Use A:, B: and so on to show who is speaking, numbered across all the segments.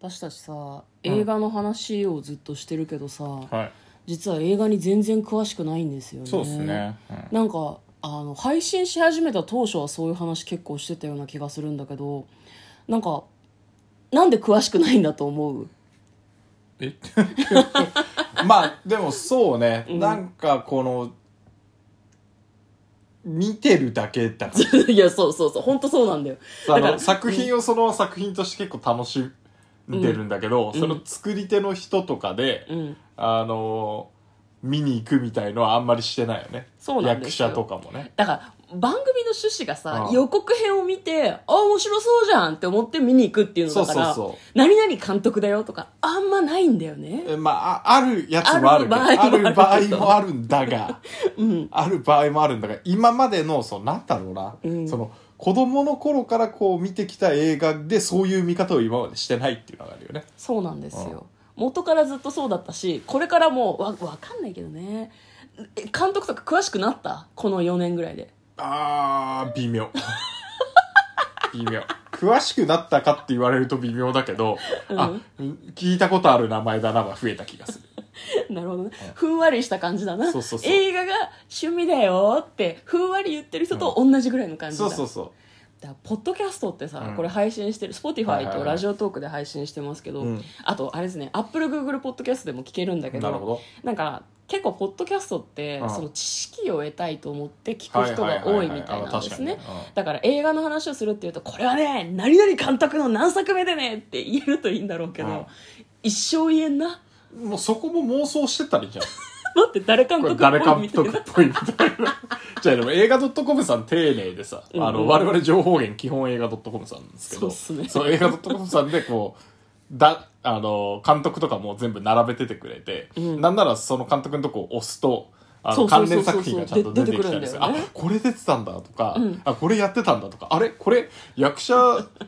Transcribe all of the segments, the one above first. A: 私たちさ映画の話をずっとしてるけどさ、
B: はい
A: 実は映画に全然詳しくないんですよね
B: そうですね、うん
A: なんかあの配信し始めた当初はそういう話結構してたような気がするんだけどなんかなんで詳しくないんだと思う
B: え まあでもそうね、なんかこの見てるだけだか
A: いやそうそうそう本当そうなんだよ
B: らあ
A: だから
B: の作品をその作品として結構楽しんでるんだけど、その作り手の人とかで、
A: うん
B: あの見に行くみたいのはあんまりしてないよね
A: そうなんで
B: 役
A: すよ
B: 者とかもね
A: だから番組の趣旨がさ
B: うん
A: 予告編を見てあ面白そうじゃんって思って見に行くっていうのだ
B: そう
A: か
B: そ
A: ら
B: うそう
A: 何々監督だよとかあんまないんだよね
B: えまあ、ああるやつもあるけど
A: あ
B: あ
A: る
B: る
A: 場合も
B: 場
A: あ
B: 合
A: るけど
B: もあるん だが、ある場合もあるんだが今までのそのなんだろうな、
A: うん
B: その子供の頃からこう見てきた映画でそういう見方を今までしてないっていうのがあるよね
A: そうなんですよ元からずっとそうだったしこれからもわわかんないけどねえ監督とか詳しくなったこの4年ぐらいで
B: あー微妙微妙詳しくなったかって言われると微妙だけど、あ聞いたことある名前だなは増えた気がする
A: なるほどね。ふんわりした感じだな。
B: そうそうそう
A: 映画が趣味だよって、ふんわり言ってる人と同じぐらいの感じだ。
B: そうそうそ
A: だからポッドキャストってさ、
B: うん
A: これ配信してる、
B: はい
A: Spotify
B: はいは
A: と
B: い
A: ラジオトークで配信してますけど、
B: うん
A: あと、あれですね、Apple、Google ポッドキャストでも聞けるんだけ
B: う
A: ど、
B: なるほど
A: なんか、結構ポッドキャストって、
B: うん
A: その知識を得たいと思って聞く人が多いみたいなんですね
B: あ確かにねうん
A: だから映画の話をするっていうとこれはね何々監督の何作目でねって言えるといいんだろうけど、
B: うん
A: 一生言えんな
B: もうそこも妄想してたらいいじゃん
A: 待って誰監
B: こ
A: 督
B: れ
A: っぽい
B: 誰監
A: みたい
B: 督
A: な
B: っぽいみたいな。じゃあでも映画 .com さん丁寧でさ、
A: うん
B: あの、我々情報源基本映画 .com さんなんですけど、
A: そうっすね
B: 映画 .com さんでこう、だ、あの、監督とかも全部並べててくれて、
A: うん
B: なんならその監督のとこ押すと、あ
A: そう
B: の
A: そうそう
B: 関
A: そう
B: 連作品がちゃんと出てきたりす
A: で出てくるん
B: る。
A: だよ
B: あ
A: ね、
B: これ出てたんだとか、
A: うん
B: あ、これやってたんだとか、あれこれ役者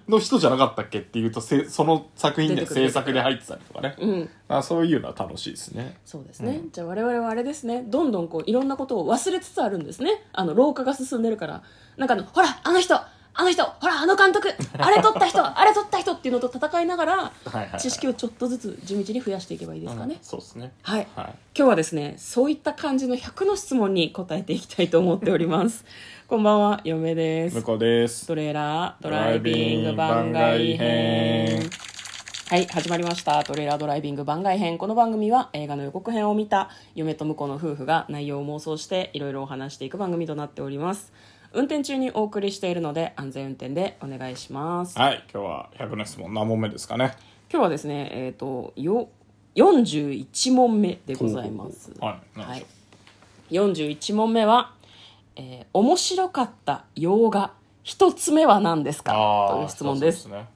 B: の人じゃなかったっけっていうと、せその作品
A: 出て
B: で
A: くる出てく
B: 制作
A: る
B: で入ってたりとかね。
A: うん
B: あそういうのは楽しいですね。
A: そうですね、じゃあ我々はあれですねどんどんこういろんなことを忘れつつあるんですねあの老化が進んでるからなんかあのほらあの人あの人ほらあの監督あれ撮った人あれ撮った人っていうのと戦いながら
B: はいはい、はい。
A: 知識をちょっとずつ地道に増やしていけばいいですかね、
B: うんそうですね。
A: はい
B: はい。
A: 今日はですねそういった感じの100の質問に答えていきたいと思っております こんばんは嫁で
B: 向
A: す
B: こうです。
A: トレーラードライビング番外編はい始まりました「トレーラードライビング番外編」この番組は映画の予告編を見た嫁と婿の夫婦が内容を妄想していろいろお話していく番組となっております運転中にお送りしているので安全運転でお願いします今
B: はい、今日は100の質問何問目ですかね。
A: 日はですねえっ、とよ41問目でございます
B: はい、
A: は
B: はいい。、
A: 41問目は、えー面白かった洋画一つ目は何ですか?」
B: あー
A: という質問です。
B: そうですね。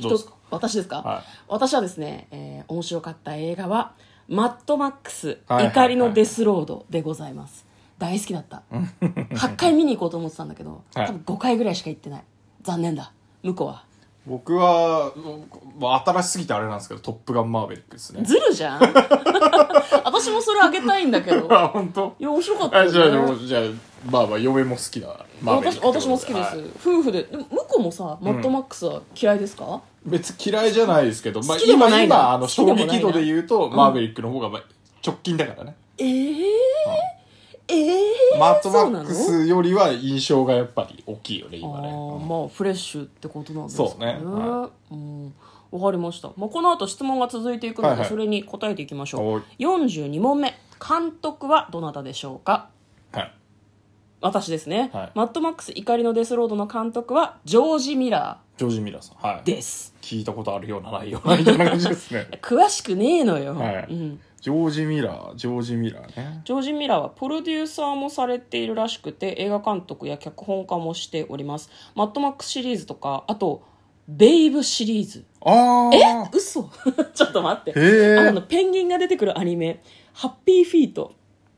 B: どうですか
A: 一つ私ですか、
B: はい
A: 私はですね、えー面白かった映画は「マッドマックス、
B: はいはいはい
A: 怒りのデスロード」でございます大好きだ った8回見に行こうと思ってたんだけど
B: はい
A: 多分5回ぐらいしか行ってない残念だ向こうは
B: 僕は、まあ新しすぎてあれなんですけど、トップガンマーベリックですね。
A: ずる じゃん私もそれあげたいんだけど
B: あ、本当
A: いや面白かった
B: あ、
A: よ、
B: じ
A: ね
B: ゃあ、でもじゃあ、まあまあ、嫁も好きだ。マーベリ
A: 私
B: ックってこと
A: 私も好きです、
B: はい
A: 夫婦ででも向こうもさマッドマックスは嫌いですか、
B: 別に嫌いじゃないですけど、まあ、
A: 好きでも
B: 今、
A: ないな
B: 今、あの、
A: 好きでもな
B: 衝
A: いな
B: 撃度で言うと、マーベリックの方が、まあ、直近だからね。
A: えー、えー、
B: マットマック
A: そうなの
B: スよりは印象がやっぱり大きいよね、
A: あ
B: 今ね。
A: ー
B: うん
A: まあフレッシュってことなんですかね
B: そうねは
A: うんわかりました、まあ、この後質問が続いていくので、
B: はいはい
A: それに答えていきましょ
B: おいう
A: 42問目監督はどなたでしょうか
B: はい。
A: 私ですね、
B: はい
A: マッドマックス怒りのデスロードの監督はジョージ・ミラ
B: ジョージ・ミラーさん。はい
A: ー。です
B: 聞いたことあるようなないようなみたいな感じですね
A: 詳しくねえのよ、
B: はい
A: うん、
B: ジョージ・ミラージョージ・ミラーね
A: ジョージ・ミラーはプロデューサーもされているらしくて映画監督や脚本家もしておりますマッドマックスシリーズとかあとベイブシリーズ
B: ああ
A: 嘘ちょっと待って
B: へえ
A: あのペンギンが出てくるアニメ「ハッピーフィート」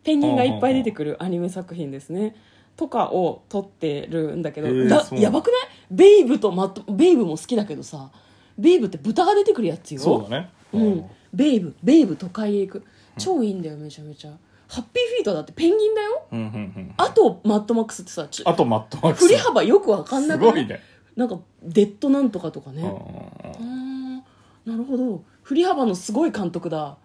A: ペンギンがいっぱい出てくるアニメ作品ですねとかを撮ってるんだけど、
B: へえ
A: だ
B: そう
A: やばくないベイブとマッドベイブも好きだけどさベイブって豚が出てくるやつよ
B: そうだね
A: うん、ベイブベイブ都会へ行く超いいんだよめちゃめちゃハッピーフィートだってペンギンだよ
B: うんうんうん
A: あとマッドマックスってさちょ
B: あとマットマックス
A: 振り幅よくわかんな
B: す
A: く
B: ご
A: ないい
B: ね
A: なんかデッドなんとかとかね
B: うんうんう
A: うーん
B: ん
A: なるほど振り幅のすごい監督 だ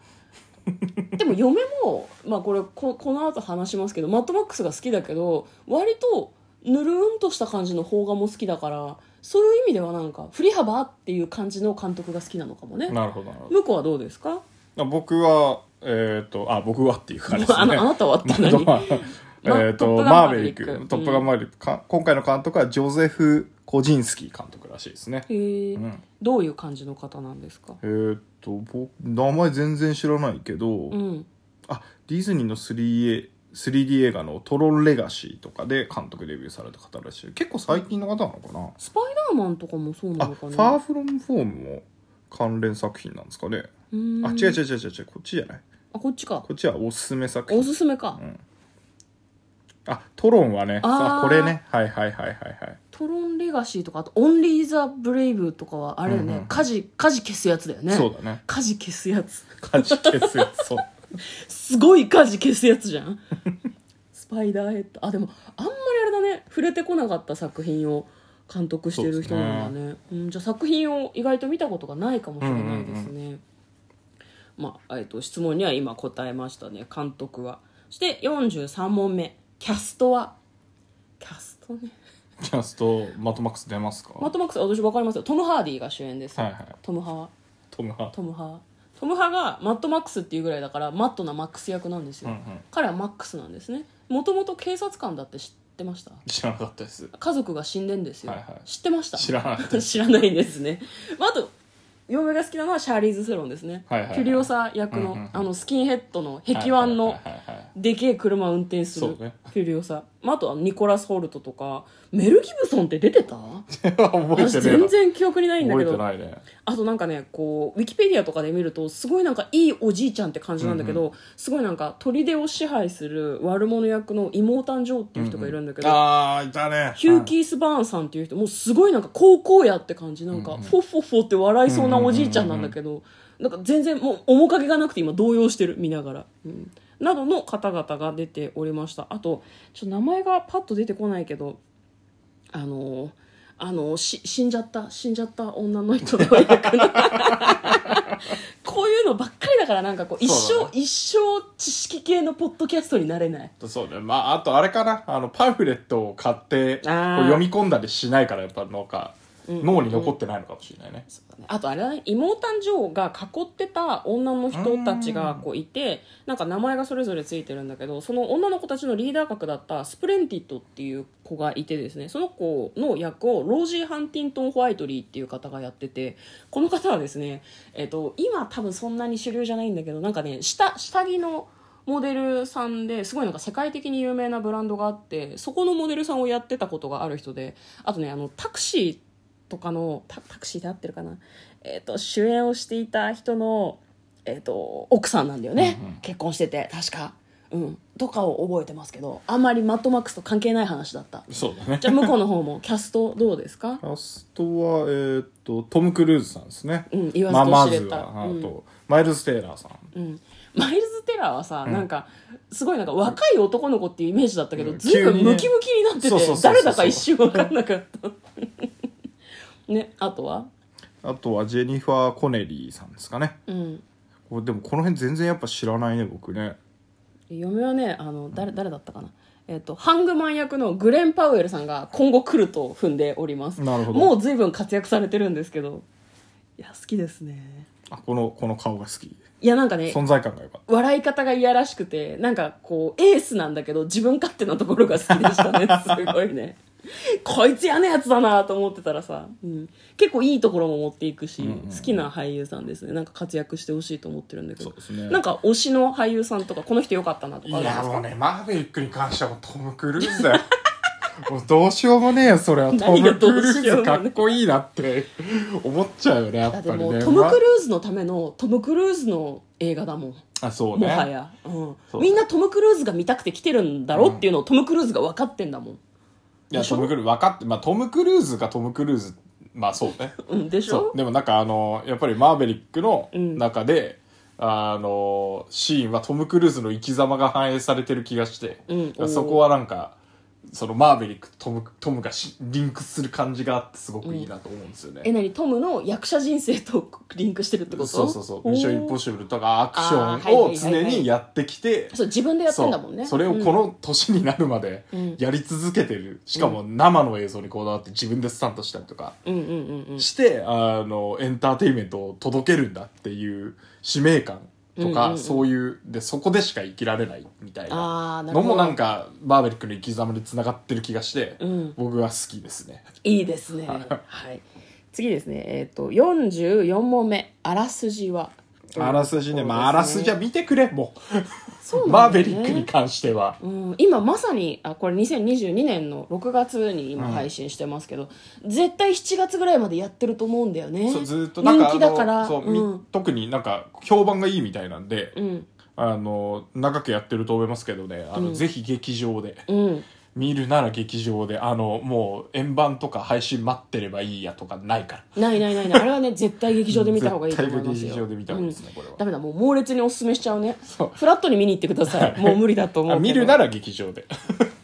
A: でも嫁も、まあ、これここの後話しますけどマッドマックスが好きだけど割とぬるんとした感じの邦画も好きだからそういう意味ではなんか振り幅っていう感じの監督が好きなのかもね
B: なるほどなるほ
A: 向こうはどうですか
B: ど僕はえっ、とあ僕はっていう感じですね
A: あのあなたはって何
B: まあえっ
A: ト
B: と
A: ップガン
B: マーベリッ
A: マーヴェリッ
B: ク
A: ク
B: トップガンマーベリックか今回の監督はジョゼフ・コジンスキー監督らしいですね
A: へー
B: うん
A: どういう感じの方なんですか
B: えーっと僕名前全然知らないけど、
A: うん
B: あディズニーの 3A 3D 映画の「トロンレガシー」とかで監督デビューされた方らしい結構最近の方なのかな、
A: スパイダーマンとかもそうな
B: あ
A: の
B: フ
A: か
B: ァ
A: な
B: ーフロムフォームも関連作品なんですかね、
A: うーん
B: あ違う違う違う違う違うこっちじゃない
A: あこっちか
B: こっちはおすすめ作
A: お
B: 品
A: すすめか、
B: うんあトロンはね
A: あー
B: あこれねはいはいはいはいはい
A: トロンレガシーとかあとオンリー・ザ・ブレイブとかはあれだよね、
B: うんうん
A: 火事火事消すやつだよね
B: そうだね
A: 火事消すやつ
B: 感じですよそう
A: すごい火事消すやつじゃん スパイダーヘッドあでもあんまりあれだね触れてこなかった作品を監督してる人なんだねうん、じゃあ作品を意外と見たことがないかもしれないですね、まあ、えっと質問には今答えましたね監督はそして43問目キャストはキャストね
B: キャストマットマックス出ますか
A: マットマックス私分かりますよトム・ハーディーが主演です、
B: はいはい
A: トム・ハは
B: トム・ハ
A: トム・ハトム・ハがマットマックスっていうぐらいだからマットなマックス役なんですよ、
B: うんうん
A: 彼はマックスなんですねもともと警察官だって知ってました
B: 知らなかったです
A: 家族が死んでんですよ、
B: はいはい
A: 知ってました
B: 知らなかった
A: 知らないんですね、まあ、あと嫁が好きなのはシャーリーズ・セロンですね、
B: はいはいはい
A: キュリオサ役の,、
B: うんうんうん
A: あのスキンヘッドの壁腕の、
B: はいはいはいはい
A: でけえ車運転する
B: そうね
A: キュリオサ、まあ、あとはニコラス・ホルトとかメル・ギブソンって出てた
B: 覚
A: 私
B: えてね
A: 全然記憶にない
B: え
A: ん
B: な
A: だ
B: 覚
A: け
B: えて
A: ど
B: ないね
A: あとなんかねこうウィキペディアとかで見るとすごいなんかいいおじいちゃんって感じなんだけど、すごいなんか砦を支配する悪者役の妹誕生っていう人がいるんだけど、
B: ああいたね
A: ヒュー・キース・バーンさんっていう人もうすごいなんか高校やって感じなんか、
B: うんうん
A: フォッフォッフォって笑いそうなおじいちゃんなんだけど、なんか全然もう面影がなくて今動揺してる見ながら、うん、などの方々が出ておりましたあとちょっと名前がパッと出てこないけどあのーあのーし死んじゃった死んじゃった女の人の役の こういうのばっかりだからなんかこう一
B: そう
A: 生
B: だね
A: 一生知識系のポッドキャストになれない
B: そうねまああとあれかなあのパンフレットを買ってこう
A: あー
B: 読み込んだりしないからやっぱなんか
A: ん
B: 脳に残ってないのかもしれないね、
A: あとあれだね妹誕生が囲ってた女の人たちがこういてなんか名前がそれぞれついてるんだけどその女の子たちのリーダー格だったスプレンティットっていう子がいてですねその子の役をロージー・ハンティントン・ホワイトリーっていう方がやっててこの方はですね、えっと今多分そんなに主流じゃないんだけどなんかね下下着のモデルさんですごいなんか世界的に有名なブランドがあってそこのモデルさんをやってたことがある人であとねあのタクシーとかのタタクシーで合ってるかな、えっと主演をしていた人の、えっと奥さんなんだよね、
B: うんうん
A: 結婚してて確か、うん、とかを覚えてますけどあんまりマットマックスと関係ない話だった
B: そうだね
A: じゃあ向こうの方もキャストどうですか
B: キャストはえーっとトム・クルーズさんですね、
A: うん言
B: まあ、
A: わ
B: ま
A: ずと
B: ず
A: 知れた、
B: はあ
A: うん
B: と、マイルス・テイラーさん
A: うんマイルズ・テラーはさ、
B: うん
A: なんかすごいなんか若い男の子っていうイメージだったけど、
B: うん
A: ずいぶん
B: 急にね
A: ムキムキになってて、
B: そうそうそうそう
A: 誰だか一瞬分かんなかった ねあとは
B: あとはジェニファー・コネリーさんですかね
A: うん
B: これでもこの辺全然やっぱ知らないね僕ね
A: 嫁はねあの誰誰だったかな、えっとハングマン役のグレン・パウエルさんが今後来ると踏んでおります
B: なるほど
A: もうずいぶん活躍されてるんですけどいや好きですね
B: あこのこの顔が好き
A: いやなんかね
B: 存在感がよかっ
A: 笑い方がいやらしくてなんかこうエースなんだけど自分勝手なところが好きでした ねすごいねこいつ嫌なやつだなと思ってたらさ、うん、結構いいところも持っていくし、
B: うんうんうん
A: 好きな俳優さんですねなんか活躍してほしいと思ってるんだけ
B: た
A: ど、
B: ですね
A: なんか推しの俳優さんとかこの人良かったなと
B: い
A: かあるんです
B: や
A: か
B: もうねマーベリックに関してはもうトム・クルー ズだよもうどうしようもねえよそれはト
A: 何が
B: ム・
A: ど
B: ク
A: う
B: ルー
A: しようもねえ
B: ズかっこいいなって思っちゃうよねやっ
A: だ
B: ぱ
A: って
B: り
A: もう
B: ね
A: トム・クル
B: ま
A: ーズのためのトム・クルーズの映画だもん
B: あそう
A: も
B: ね
A: はや、うん
B: そう
A: みんなトム・クルーズが見たくて来てるんだろうっていうのをトム・クルーズが分かってんだもん、
B: いや
A: でしょ
B: トム・クルーズ分かってまあトム・クルーズかトム・クルーズまあそうね
A: うん、でしょ
B: そうでもなんかあのやっぱりマーベリックの
A: うん
B: 中で、あのシーンはトム・クルーズの生き様が反映されてる気がして、
A: うん
B: そこはなんかそのマーヴェリックとトムトムがしリンクする感じがあってすごくいいなと思うんですよね、
A: えなにトムの役者人生とリンクしてるってこと
B: そうそうそう「
A: おー
B: ミッションインポッシブル」とかアクシ
A: あー
B: ョ
A: はい
B: ン
A: はい
B: を
A: はいは
B: 常
A: い
B: にやってきて
A: そう自分でやって
B: そ
A: んだもんね
B: うそれをこの年になるまで
A: うん
B: やり続けてる、しかも生の映像にこだわって自分でスタントしたりとか
A: うんうんうんうん
B: して、あのエンターテインメントを届けるんだっていう使命感と
A: う
B: か、
A: んうんうん
B: そういうでそこでしか生きられないみたいな
A: ああなる
B: の
A: ほど
B: もなんかバーベリックの生き様につながってる気がして、
A: うん
B: 僕は好きですね。
A: いいですねはい次ですねえっ、と44問目あらすじは
B: あらすじね、まあ、あ
A: そうで
B: らすじは見てくれ、も
A: そう
B: う。
A: な
B: マ
A: んだ
B: ーベ
A: よ
B: リ
A: ね
B: ックに関しては。
A: うん、今まさにあこれ2022年の6月に今配信してますけど、絶対7月ぐらいまでやってると思うんだよね
B: そう、ずっとなんか
A: 人気だか
B: あの
A: ら
B: そう、
A: う
B: み
A: ん、
B: 特になんか評判がいいみたいなんで、
A: うん
B: あの、長くやってると思いますけどね、あの、ぜひ劇場で、
A: うん、
B: 見るなら劇場で、あの、もう円盤とか配信待ってればいいやとかないから。
A: ないないないないあれは ね絶対劇場で見た方がいいと思いますよ
B: 絶対劇場で見た方がいいです
A: う
B: ね
A: ん
B: これは
A: ダメだもう猛烈におすすめしちゃうね
B: そう
A: フラットに見に行ってくださいもう無理だと思う
B: あ
A: けど
B: 見るなら劇場で。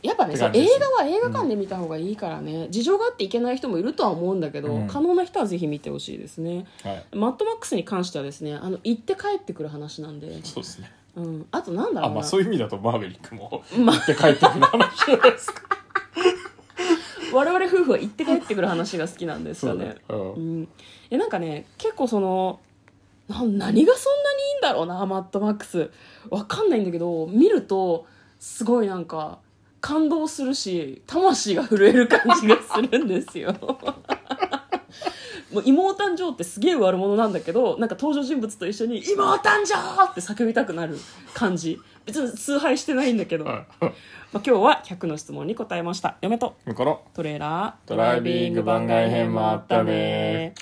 A: やっぱね
B: って
A: そう
B: 感じ
A: 映
B: ですね
A: 画は映画館で見た方がいいからね、事情があっていけない人もいるとは思うんだけど、
B: うん
A: 可能な人はぜひ見てほしいですね
B: はい。
A: マッドマックスに関してはですねあの行って帰ってくる話なんで、
B: そうですね。
A: うん、あとなんだろ
B: あ、
A: うな
B: まあそういう意味だとマーベリックも、
A: まあ
B: 行って帰ってくる話じゃないですか。
A: 我々夫婦は行って帰ってくる話が好きなんですよね
B: そう
A: う
B: ね
A: ん、えなんかね結構そのな何がそんなにいいんだろうなマッドマックスわかんないんだけど見るとすごいなんか感動するし魂が震える感じがするんですよ もう妹誕生ってすげえ悪者なんだけどなんか登場人物と一緒に「妹誕生!」って叫びたくなる感じ別に崇拝してないんだけど、
B: うん。
A: まあ、
B: はい。
A: 今日は100の質問に答えました嫁と
B: だから。
A: トレーラー
B: ドライビング番外編もあったね